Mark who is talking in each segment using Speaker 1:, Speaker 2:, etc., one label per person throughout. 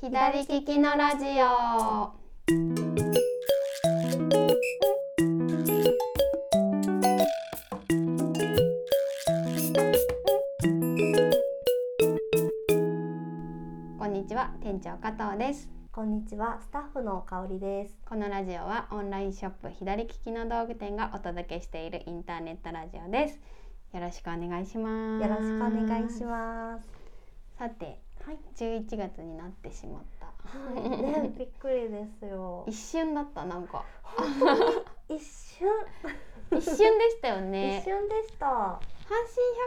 Speaker 1: 左利きのラジオ。こんにちは、店長加藤です。
Speaker 2: こんにちは、スタッフの香りです。
Speaker 1: このラジオはオンラインショップ左利きの道具店がお届けしているインターネットラジオです。よろしくお願いします。
Speaker 2: よろしくお願いします。
Speaker 1: さて、
Speaker 2: はい
Speaker 1: 11月になってしまった。
Speaker 2: ね、びっくりですよ
Speaker 1: 一。瞬だったなんか
Speaker 2: 一瞬、
Speaker 1: 一瞬でしたよ
Speaker 2: 一
Speaker 1: ね阪
Speaker 2: 瞬でした。
Speaker 1: 神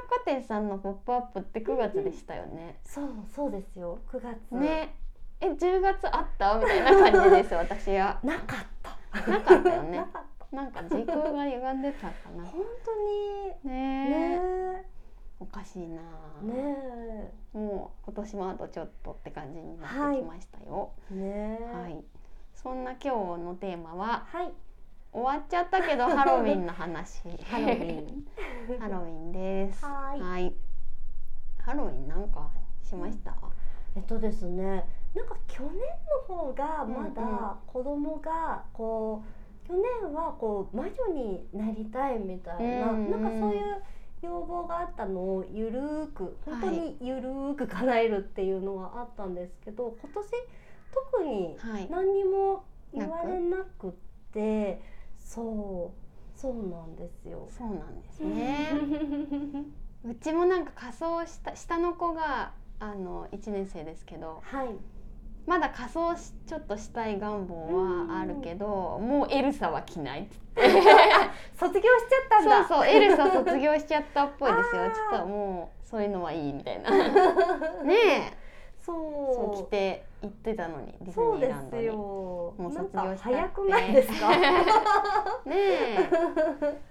Speaker 1: 百貨店さんの「ポップアップって9月でしたよね
Speaker 2: そう、そうですよ。9月。
Speaker 1: ねえ10月あったみたいな感じです私は
Speaker 2: なかった。
Speaker 1: なかったよね
Speaker 2: なかった。
Speaker 1: なんか時空が歪んでたかな
Speaker 2: 本当に。
Speaker 1: ね
Speaker 2: ね
Speaker 1: えおかしいなあ
Speaker 2: え。ね
Speaker 1: もう今年もあとちょっとって感じになってきましたよ
Speaker 2: え。ねえ。
Speaker 1: はい、そんな今日のテーマは
Speaker 2: はい。
Speaker 1: 終わっちゃったけどハロウィンの話
Speaker 2: ハロウィン。
Speaker 1: ハロウィンです。
Speaker 2: はーい
Speaker 1: ハロウィンなんかしました。
Speaker 2: えっとですね。なんか去年の方がま
Speaker 1: うんう
Speaker 2: だ子供がこう、去年はこう魔女になりたいみたいな、
Speaker 1: うんうん
Speaker 2: なんかそういう要望があったのをゆるーく
Speaker 1: はい
Speaker 2: 本当にゆるーく叶えるっていうのがあったんですけど、今年特に
Speaker 1: はい。
Speaker 2: 何にも言われなくってそうそうなんですよ。
Speaker 1: そうなんですね。うちもなんか仮装した下の子があの一年生ですけど、
Speaker 2: はい
Speaker 1: まだ仮装しちょっとしたい願望はあるけど、もうエルサは着ない。
Speaker 2: 卒業しちゃったん
Speaker 1: そ
Speaker 2: だ
Speaker 1: うそうエルサ卒業しちゃったっぽいですよ。
Speaker 2: あー
Speaker 1: ちょっともうそういうのはいいみた いな。ねえ、
Speaker 2: そう
Speaker 1: そう着て行ってたのにディズニ
Speaker 2: そう
Speaker 1: ー
Speaker 2: で
Speaker 1: ランド
Speaker 2: す
Speaker 1: に。
Speaker 2: よ。
Speaker 1: もう卒業
Speaker 2: なん
Speaker 1: した
Speaker 2: か
Speaker 1: って
Speaker 2: 早くないで すか？
Speaker 1: ねえ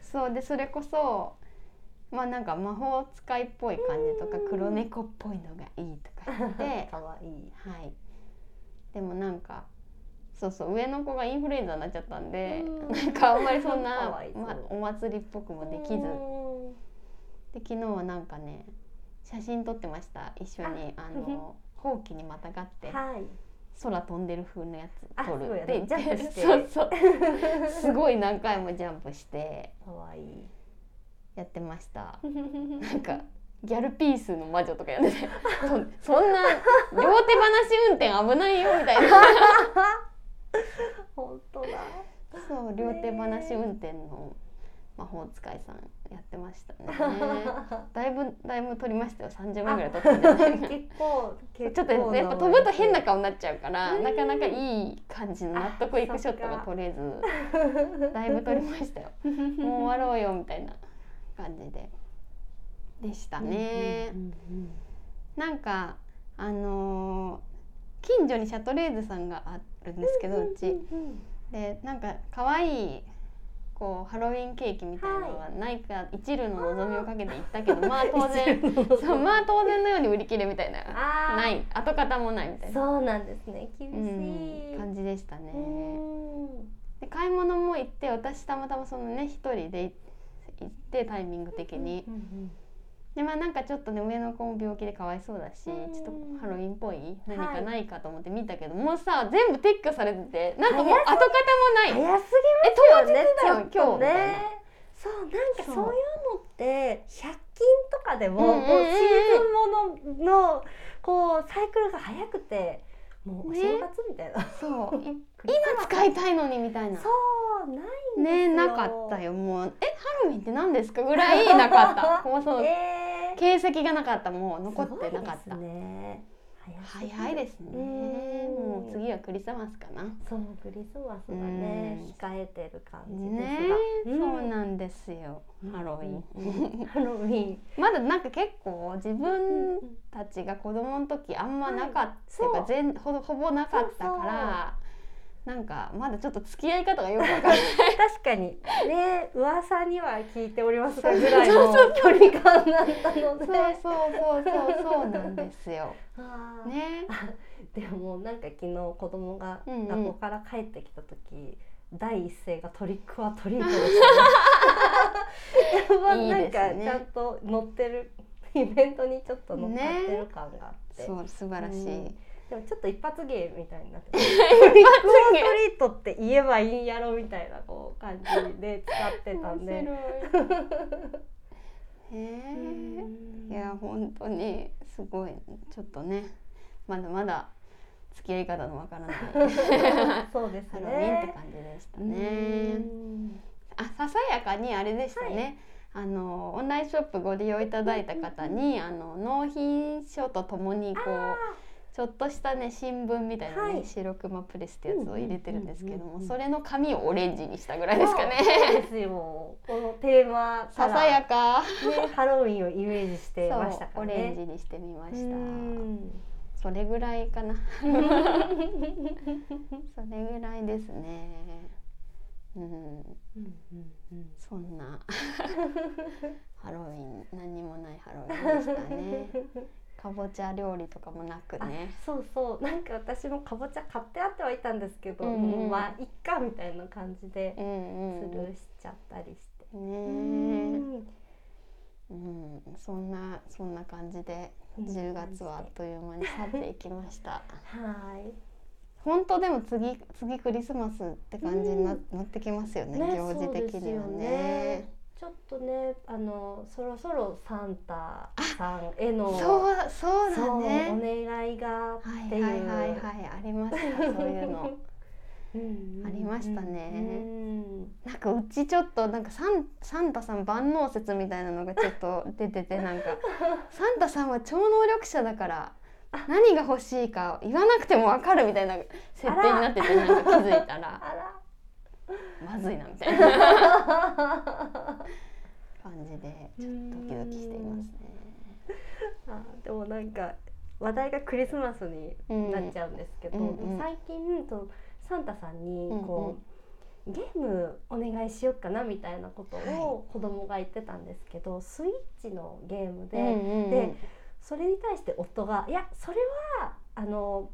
Speaker 1: そうでそれこそまあなんか魔法使いっぽい感じとか
Speaker 2: うん
Speaker 1: 黒猫っぽいのがいいとか言って
Speaker 2: 可愛い。
Speaker 1: はいでもなんかそうそう上の子がインフルエンザになっちゃったんで
Speaker 2: うん
Speaker 1: なんかあんまりそん
Speaker 2: か
Speaker 1: な
Speaker 2: わいそう
Speaker 1: ま、お祭りっぽくもできずで昨日はなんかね写真撮ってました一緒にあのほうきにまたがって
Speaker 2: はい。
Speaker 1: 空飛んでる風のや
Speaker 2: あ
Speaker 1: つ撮
Speaker 2: そう
Speaker 1: る
Speaker 2: や
Speaker 1: で
Speaker 2: ねジャンプし て
Speaker 1: そうそうすごい何回もジャンプして
Speaker 2: 可愛いい。
Speaker 1: やってました。なんかギャルピースの魔女とかやっててそそんな両手放し運転危ないよみたいな
Speaker 2: 本当だ。
Speaker 1: そう両手放し運転の魔法使いさんやってましたね だいぶだいぶ撮りましたよ30万ぐらい撮ったんじゃないかな
Speaker 2: 結構 結構
Speaker 1: ちょっとやっぱ飛ぶと変な
Speaker 2: な
Speaker 1: 顔になっちゃうから
Speaker 2: うん
Speaker 1: なかなかいい感じの納得いくショットが撮れずだいぶ撮りま したよもう終わろうよみたいな感じででしたね。
Speaker 2: うんうん
Speaker 1: なんかあのー近所にシャトレーゼさんがあるんですけど、う
Speaker 2: うん
Speaker 1: ち
Speaker 2: うんうん
Speaker 1: でなんか可愛いこうハロウィンケーキみたいなのがないか、一縷の望みをかけて行ったけどまあ当 然そうまあ当然のように売り切れみたいな
Speaker 2: あー
Speaker 1: ない跡形もないみたいな、
Speaker 2: そうなんですね。厳し
Speaker 1: う
Speaker 2: い
Speaker 1: ん、。感じでしたね
Speaker 2: う。ん
Speaker 1: で買い物も行って私たまたまそのね一人で行ってタイミング的に。
Speaker 2: うんうん
Speaker 1: でまあなんかちょっとね上の子も病気でかわいそうだしちょ
Speaker 2: うん
Speaker 1: っとハロウィンっぽい何
Speaker 2: は
Speaker 1: か
Speaker 2: い
Speaker 1: ないかと思って見たけど、もうさ全部撤去されててなんかもう
Speaker 2: 早
Speaker 1: 跡形もない
Speaker 2: 早す
Speaker 1: え
Speaker 2: ぎ
Speaker 1: 当
Speaker 2: ますよね。
Speaker 1: 日だよ
Speaker 2: ちょっ
Speaker 1: 今日み
Speaker 2: と
Speaker 1: たい
Speaker 2: ね
Speaker 1: な。
Speaker 2: そうなん
Speaker 1: そ
Speaker 2: か
Speaker 1: う
Speaker 2: そういうのって百均とかでも
Speaker 1: うんうんうん
Speaker 2: もうシーズンもののこうサイクルが早くてもうお
Speaker 1: ね
Speaker 2: 正月みたいな、
Speaker 1: そうい
Speaker 2: クリスマ
Speaker 1: 今
Speaker 2: ス
Speaker 1: 使いたいのにみたいな
Speaker 2: そうないんですよ
Speaker 1: ねなかったよもうえハロウィンって何ですかぐら いなかったもうその
Speaker 2: えー、
Speaker 1: 形跡がなかったもう残ってなかっ
Speaker 2: す
Speaker 1: た、
Speaker 2: ごいですね早
Speaker 1: 早い
Speaker 2: す
Speaker 1: ですね
Speaker 2: うん
Speaker 1: もう次はクリスマスかな
Speaker 2: そうクリスマスがね
Speaker 1: うん
Speaker 2: 控えてる感じですが
Speaker 1: ねえ、
Speaker 2: うん
Speaker 1: そうなんですよハロウィン、
Speaker 2: ハロウィン
Speaker 1: まだなんか結構自分たちが子供の時あんまなかった、
Speaker 2: はい
Speaker 1: っていうか全ほどほぼなかったからなんかまだちょっと付き合い方がよくわかんない
Speaker 2: 確かにね噂には聞いておりますがぐらいの距離感だったの
Speaker 1: そうそうそう
Speaker 2: で
Speaker 1: そうそうなんですよ。
Speaker 2: あー
Speaker 1: ね
Speaker 2: でもなんか昨日子供が
Speaker 1: うんうん
Speaker 2: 学校から帰ってきた時、第一声が「トリックはトリート」で
Speaker 1: いいです
Speaker 2: したねやばなんか
Speaker 1: ね
Speaker 2: ちゃんと乗ってるイベントにちょっと乗っかってる感があって、
Speaker 1: そう素晴らしい、
Speaker 2: うんでもちょっと一発芸みたいになってますトリックオントリートって言えばいいんやろみたいなこう感じで使ってたんで。
Speaker 1: 面白いへ
Speaker 2: う
Speaker 1: え
Speaker 2: ん
Speaker 1: いや本当にすごいちょっとねまだまだ付き合い方のわからない
Speaker 2: そうです
Speaker 1: ハ
Speaker 2: ね。
Speaker 1: ロウィンって感じでしたね
Speaker 2: う。ん
Speaker 1: あささやかにあれでしたね、あのオンラインショップご利用いただいた方に、あの納品書とともにこうちょっとしたね新聞みたいなね、
Speaker 2: はい
Speaker 1: 白熊プレスってやつを入れてるんですけど
Speaker 2: うんうんうん
Speaker 1: も、
Speaker 2: うん
Speaker 1: それの紙をオレンジにしたぐらいですかね。
Speaker 2: そうですよ。このテーマか
Speaker 1: さ
Speaker 2: ら
Speaker 1: さやか、
Speaker 2: ねハロウィンをイメージしてまし
Speaker 1: そ
Speaker 2: た
Speaker 1: う
Speaker 2: か
Speaker 1: オ
Speaker 2: ら
Speaker 1: レン
Speaker 2: ね。
Speaker 1: ジにしてみまし
Speaker 2: う
Speaker 1: た。
Speaker 2: ん
Speaker 1: それぐらいかな。 それぐらいですね。うん、
Speaker 2: うんうんうん
Speaker 1: そんな ハロウィン何もないハロウィンでした ね。かぼちゃ料理とかもなく
Speaker 2: あ
Speaker 1: ね。
Speaker 2: そうそうなんか私もかぼちゃ買ってあってはいたんですけど、
Speaker 1: うんうん
Speaker 2: もうまあいっかみたいな感じで
Speaker 1: うんう
Speaker 2: ス
Speaker 1: ん。
Speaker 2: ルーしちゃったりして、
Speaker 1: ねえ、うん、そんなそんな感じで10月はあっという間に去っていきました。
Speaker 2: は
Speaker 1: 本当でも次次クリスマスって感じにな,、なってきますよ
Speaker 2: ー
Speaker 1: ね
Speaker 2: い
Speaker 1: 行事的には
Speaker 2: そうですよ
Speaker 1: ね。
Speaker 2: ちょっとねあのそろそろサンタさんへの
Speaker 1: そうそう
Speaker 2: そ
Speaker 1: だ
Speaker 2: うお
Speaker 1: ね。
Speaker 2: 願いが
Speaker 1: は
Speaker 2: っ
Speaker 1: い
Speaker 2: てい
Speaker 1: は
Speaker 2: う、
Speaker 1: いはいはいありましたそういうの。
Speaker 2: うんうんうん
Speaker 1: ありましたね
Speaker 2: うん
Speaker 1: なんかうちちょっとなんかサンサンタさん万能説みたいなのがちょっと出ててなんかサンタさんは超能力者だから何が欲しいか言わなくてもわかるみたいな設定になっててなんか気づいたら
Speaker 2: あら
Speaker 1: まずいなみたいな感じでちょっとドキドキしていますね。
Speaker 2: あでもなんか話題がクリスマスに
Speaker 1: うん
Speaker 2: なっちゃうんですけど、
Speaker 1: うんうん
Speaker 2: 最近とサンタさんにこう、ゲームお願いしよっかなみたいなこと
Speaker 1: は
Speaker 2: を子供が言ってたんですけど、スイッチのゲームで、
Speaker 1: うんうんうん
Speaker 2: でそれに対して夫が「いやそれはあの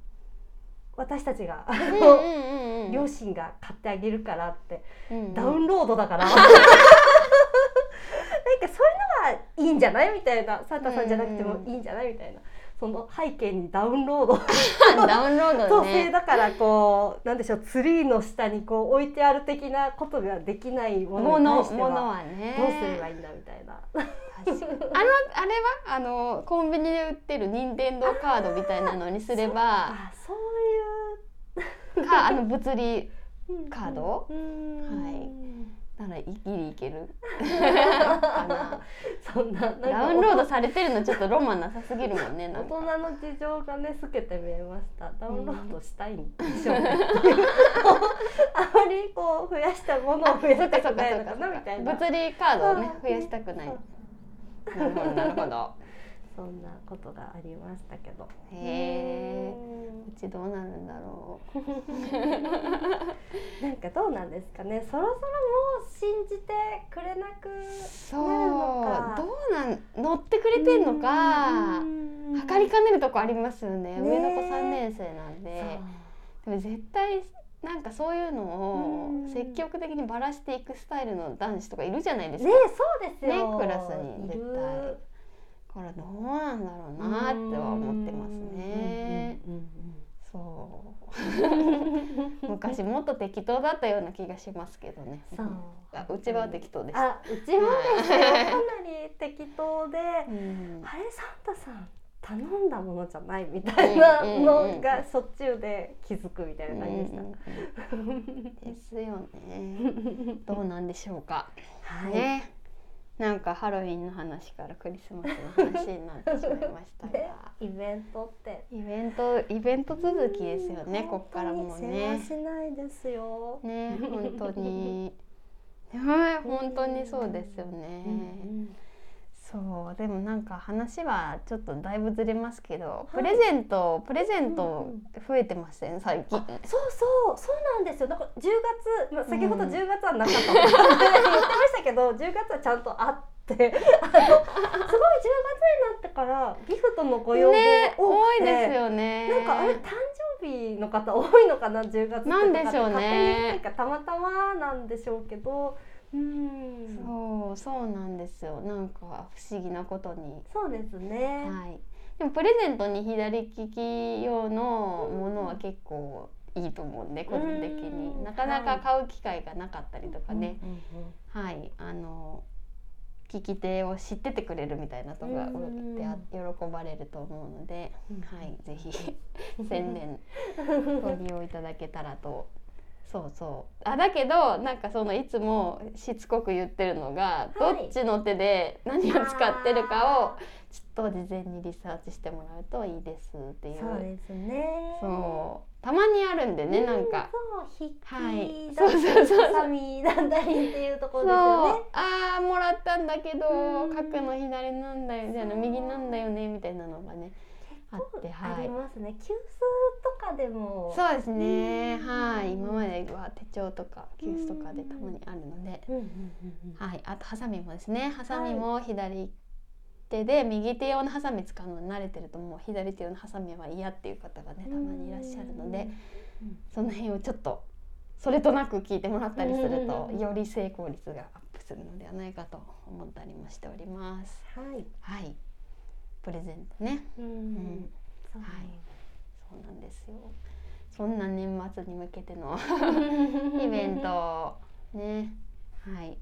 Speaker 2: 私たちが、あ
Speaker 1: うん
Speaker 2: の
Speaker 1: うんうんうん
Speaker 2: 両親が買ってあげるから」って
Speaker 1: うんうん
Speaker 2: ダウンロード だから。なんかそういうのはいいんじゃないみたいなサンタさんじゃなくてもいいんじゃないみたいなその背景にダウンロード
Speaker 1: ダウンロード
Speaker 2: 統
Speaker 1: ね
Speaker 2: 制。だからこうなんでしょうツリーの下にこう置いてある的なことができないも
Speaker 1: も
Speaker 2: のに
Speaker 1: の
Speaker 2: 対して
Speaker 1: もの
Speaker 2: は
Speaker 1: はね。
Speaker 2: どうすればいいんだみたいな
Speaker 1: 確かにあのあれはあのコンビニで売ってる任天堂カードみたいなのにすれば
Speaker 2: あそう
Speaker 1: かあの物理
Speaker 2: いう
Speaker 1: カード
Speaker 2: うん
Speaker 1: はいならいきりいけるか な
Speaker 2: は そんななんか
Speaker 1: ダウンロードされてるのちょっとロマンなさすぎるもんねな
Speaker 2: 大
Speaker 1: ん
Speaker 2: 人
Speaker 1: か
Speaker 2: の事情がね透けて見えましたダウンロードしたいんでしょうね、あまりこう増やしたものを増や
Speaker 1: そっか
Speaker 2: した
Speaker 1: そっ
Speaker 2: く
Speaker 1: か
Speaker 2: ない
Speaker 1: そっ
Speaker 2: のか
Speaker 1: か
Speaker 2: なみたいな
Speaker 1: 物理カードをね
Speaker 2: うん
Speaker 1: 増やしたくない
Speaker 2: そう
Speaker 1: なるほどなるほど
Speaker 2: そんなことがありましたけど
Speaker 1: へえうちどうなるんだろう
Speaker 2: なんかどうなんですかねそろそろもう信じてくれなく
Speaker 1: そう
Speaker 2: なるのか
Speaker 1: どうなん乗ってくれてんのか
Speaker 2: うん
Speaker 1: 測りかねるとこありますよね
Speaker 2: ね
Speaker 1: 上の子3年生なん
Speaker 2: そう
Speaker 1: ででも絶対なんかそういうの
Speaker 2: う
Speaker 1: を
Speaker 2: ん
Speaker 1: 積極的にバラしていくスタイルの男子とかいるじゃないですか、
Speaker 2: ねそうです
Speaker 1: ね
Speaker 2: よ
Speaker 1: クラスに絶対
Speaker 2: いる
Speaker 1: これどうなんだろうなっては思ってますね。
Speaker 2: うんうんうん
Speaker 1: そう 昔もっと適当だったような気がしますけどね
Speaker 2: うんそう
Speaker 1: あうちは適当です、
Speaker 2: あ、うちもですよ。かなり適当で、あ
Speaker 1: う
Speaker 2: れ
Speaker 1: ん、
Speaker 2: サンタさん頼んだものじゃないみたいなのがしょっちゅうで気づくみたいな感じでし
Speaker 1: う
Speaker 2: た。
Speaker 1: んうんうんですよ ねどうなんでしょうか
Speaker 2: はい。
Speaker 1: ねなんかハロウィンの話からクリスマスの話になってしまいました
Speaker 2: で
Speaker 1: が。
Speaker 2: イベントって。
Speaker 1: イベントイベント続きですよね、
Speaker 2: うん
Speaker 1: こっからもう
Speaker 2: 本当に
Speaker 1: ね
Speaker 2: 世話しないですよ。
Speaker 1: ね本当 にはい本当にそうですよね、
Speaker 2: うん
Speaker 1: そうでもなんか話はちょっとだいぶずれますけど、プレゼントプレゼン
Speaker 2: うんう
Speaker 1: ト増えてません、最近
Speaker 2: そうそうそうなんですよ。だから10月、まあ、先ほど
Speaker 1: うん
Speaker 2: 10月はなかったって言ってましたけど、10月は ちゃんとあって、あのすごい10月になってからギフトのご要望
Speaker 1: ね
Speaker 2: 多
Speaker 1: 多
Speaker 2: く
Speaker 1: い
Speaker 2: て、
Speaker 1: ですよね
Speaker 2: なんかあれ誕生日の方多いのかな10月と
Speaker 1: な
Speaker 2: か
Speaker 1: んでしょうね
Speaker 2: 勝手になんかたまたまなんでしょうけど、うん、
Speaker 1: そうそうなんですよなんか不思議なことに
Speaker 2: そうですね。
Speaker 1: はいでもプレゼントに左利き用のものは結構いいと思うんで個人的
Speaker 2: うん
Speaker 1: になかな
Speaker 2: は
Speaker 1: か
Speaker 2: い
Speaker 1: 買う機会がなかったりとかね、
Speaker 2: うんうん
Speaker 1: はい、あの聞き手を知っててくれるみたいなとこが
Speaker 2: うん
Speaker 1: であ喜ばれると思うので、はい、ぜ ひ
Speaker 2: うん
Speaker 1: 宣伝ご利用いただけたらと。そうそうあだけどなんかそのいつもしつこく言ってるのが、
Speaker 2: はい
Speaker 1: どっちの手で何を使ってるかをちょっと事前にリサーチしてもらうといいですっていう
Speaker 2: そうですね。
Speaker 1: そうたまにあるんでね、
Speaker 2: うん
Speaker 1: なんか
Speaker 2: そう引
Speaker 1: はい
Speaker 2: きだったり、
Speaker 1: そうそうそう
Speaker 2: ハサミだったりっていうとこ
Speaker 1: そ
Speaker 2: ろ
Speaker 1: う
Speaker 2: ですよね。
Speaker 1: あーもらったんだけど
Speaker 2: うん
Speaker 1: 書くの左なんだよみたいな
Speaker 2: そう
Speaker 1: 右なんだよねみたいなのがねあって
Speaker 2: あ
Speaker 1: はい
Speaker 2: りますね。急須とかでも。
Speaker 1: そうですね
Speaker 2: うん
Speaker 1: はい今までは手帳とかケースとかでたまにあるので
Speaker 2: うんうんうんうん
Speaker 1: はいあとハサミもですねハサミも左手で右手用のハサミ使うのに慣れてるともう左手用のハサミは嫌っていう方がねたまにいらっしゃるのでその辺をちょっとそれとなく聞いてもらったりすると
Speaker 2: うん
Speaker 1: より成功率がアップするのではないかと思ったりもしております。
Speaker 2: はい。
Speaker 1: はい、プレゼントね。
Speaker 2: う
Speaker 1: うん
Speaker 2: ん。そう
Speaker 1: はい、そうなんですよ。そんな年末に向けてのイベントをね、はい、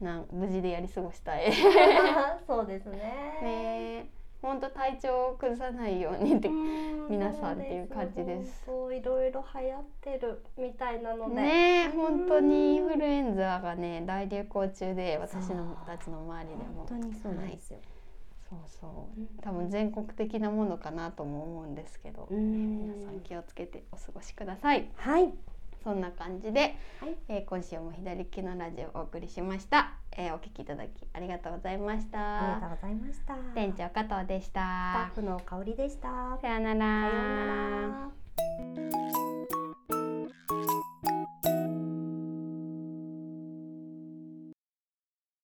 Speaker 1: なん無事でやり過ごしたい。
Speaker 2: そうですね。
Speaker 1: ね、本当体調を崩さないようにって
Speaker 2: うん
Speaker 1: 皆さんっていう感じです。
Speaker 2: そうです本当いろいろ流行ってるみたいなので。
Speaker 1: ね本当にインフルエンザがね大流行中で私のたちの周りでも
Speaker 2: 本当にそうなんですよ。
Speaker 1: そうそう多分全国的なものかなとも思うんですけど、
Speaker 2: うん
Speaker 1: 皆さん気をつけてお過ごしください
Speaker 2: はい。
Speaker 1: そんな感じで、
Speaker 2: はい
Speaker 1: えー今週も左利きのラジオをお送りしました、えーお聞きいただきありがとうございまし
Speaker 2: あ
Speaker 1: た
Speaker 2: りがとうございました。
Speaker 1: 店長加藤でし
Speaker 2: スタッ
Speaker 1: た
Speaker 2: フの香りでした。
Speaker 1: さよう
Speaker 2: さようなら。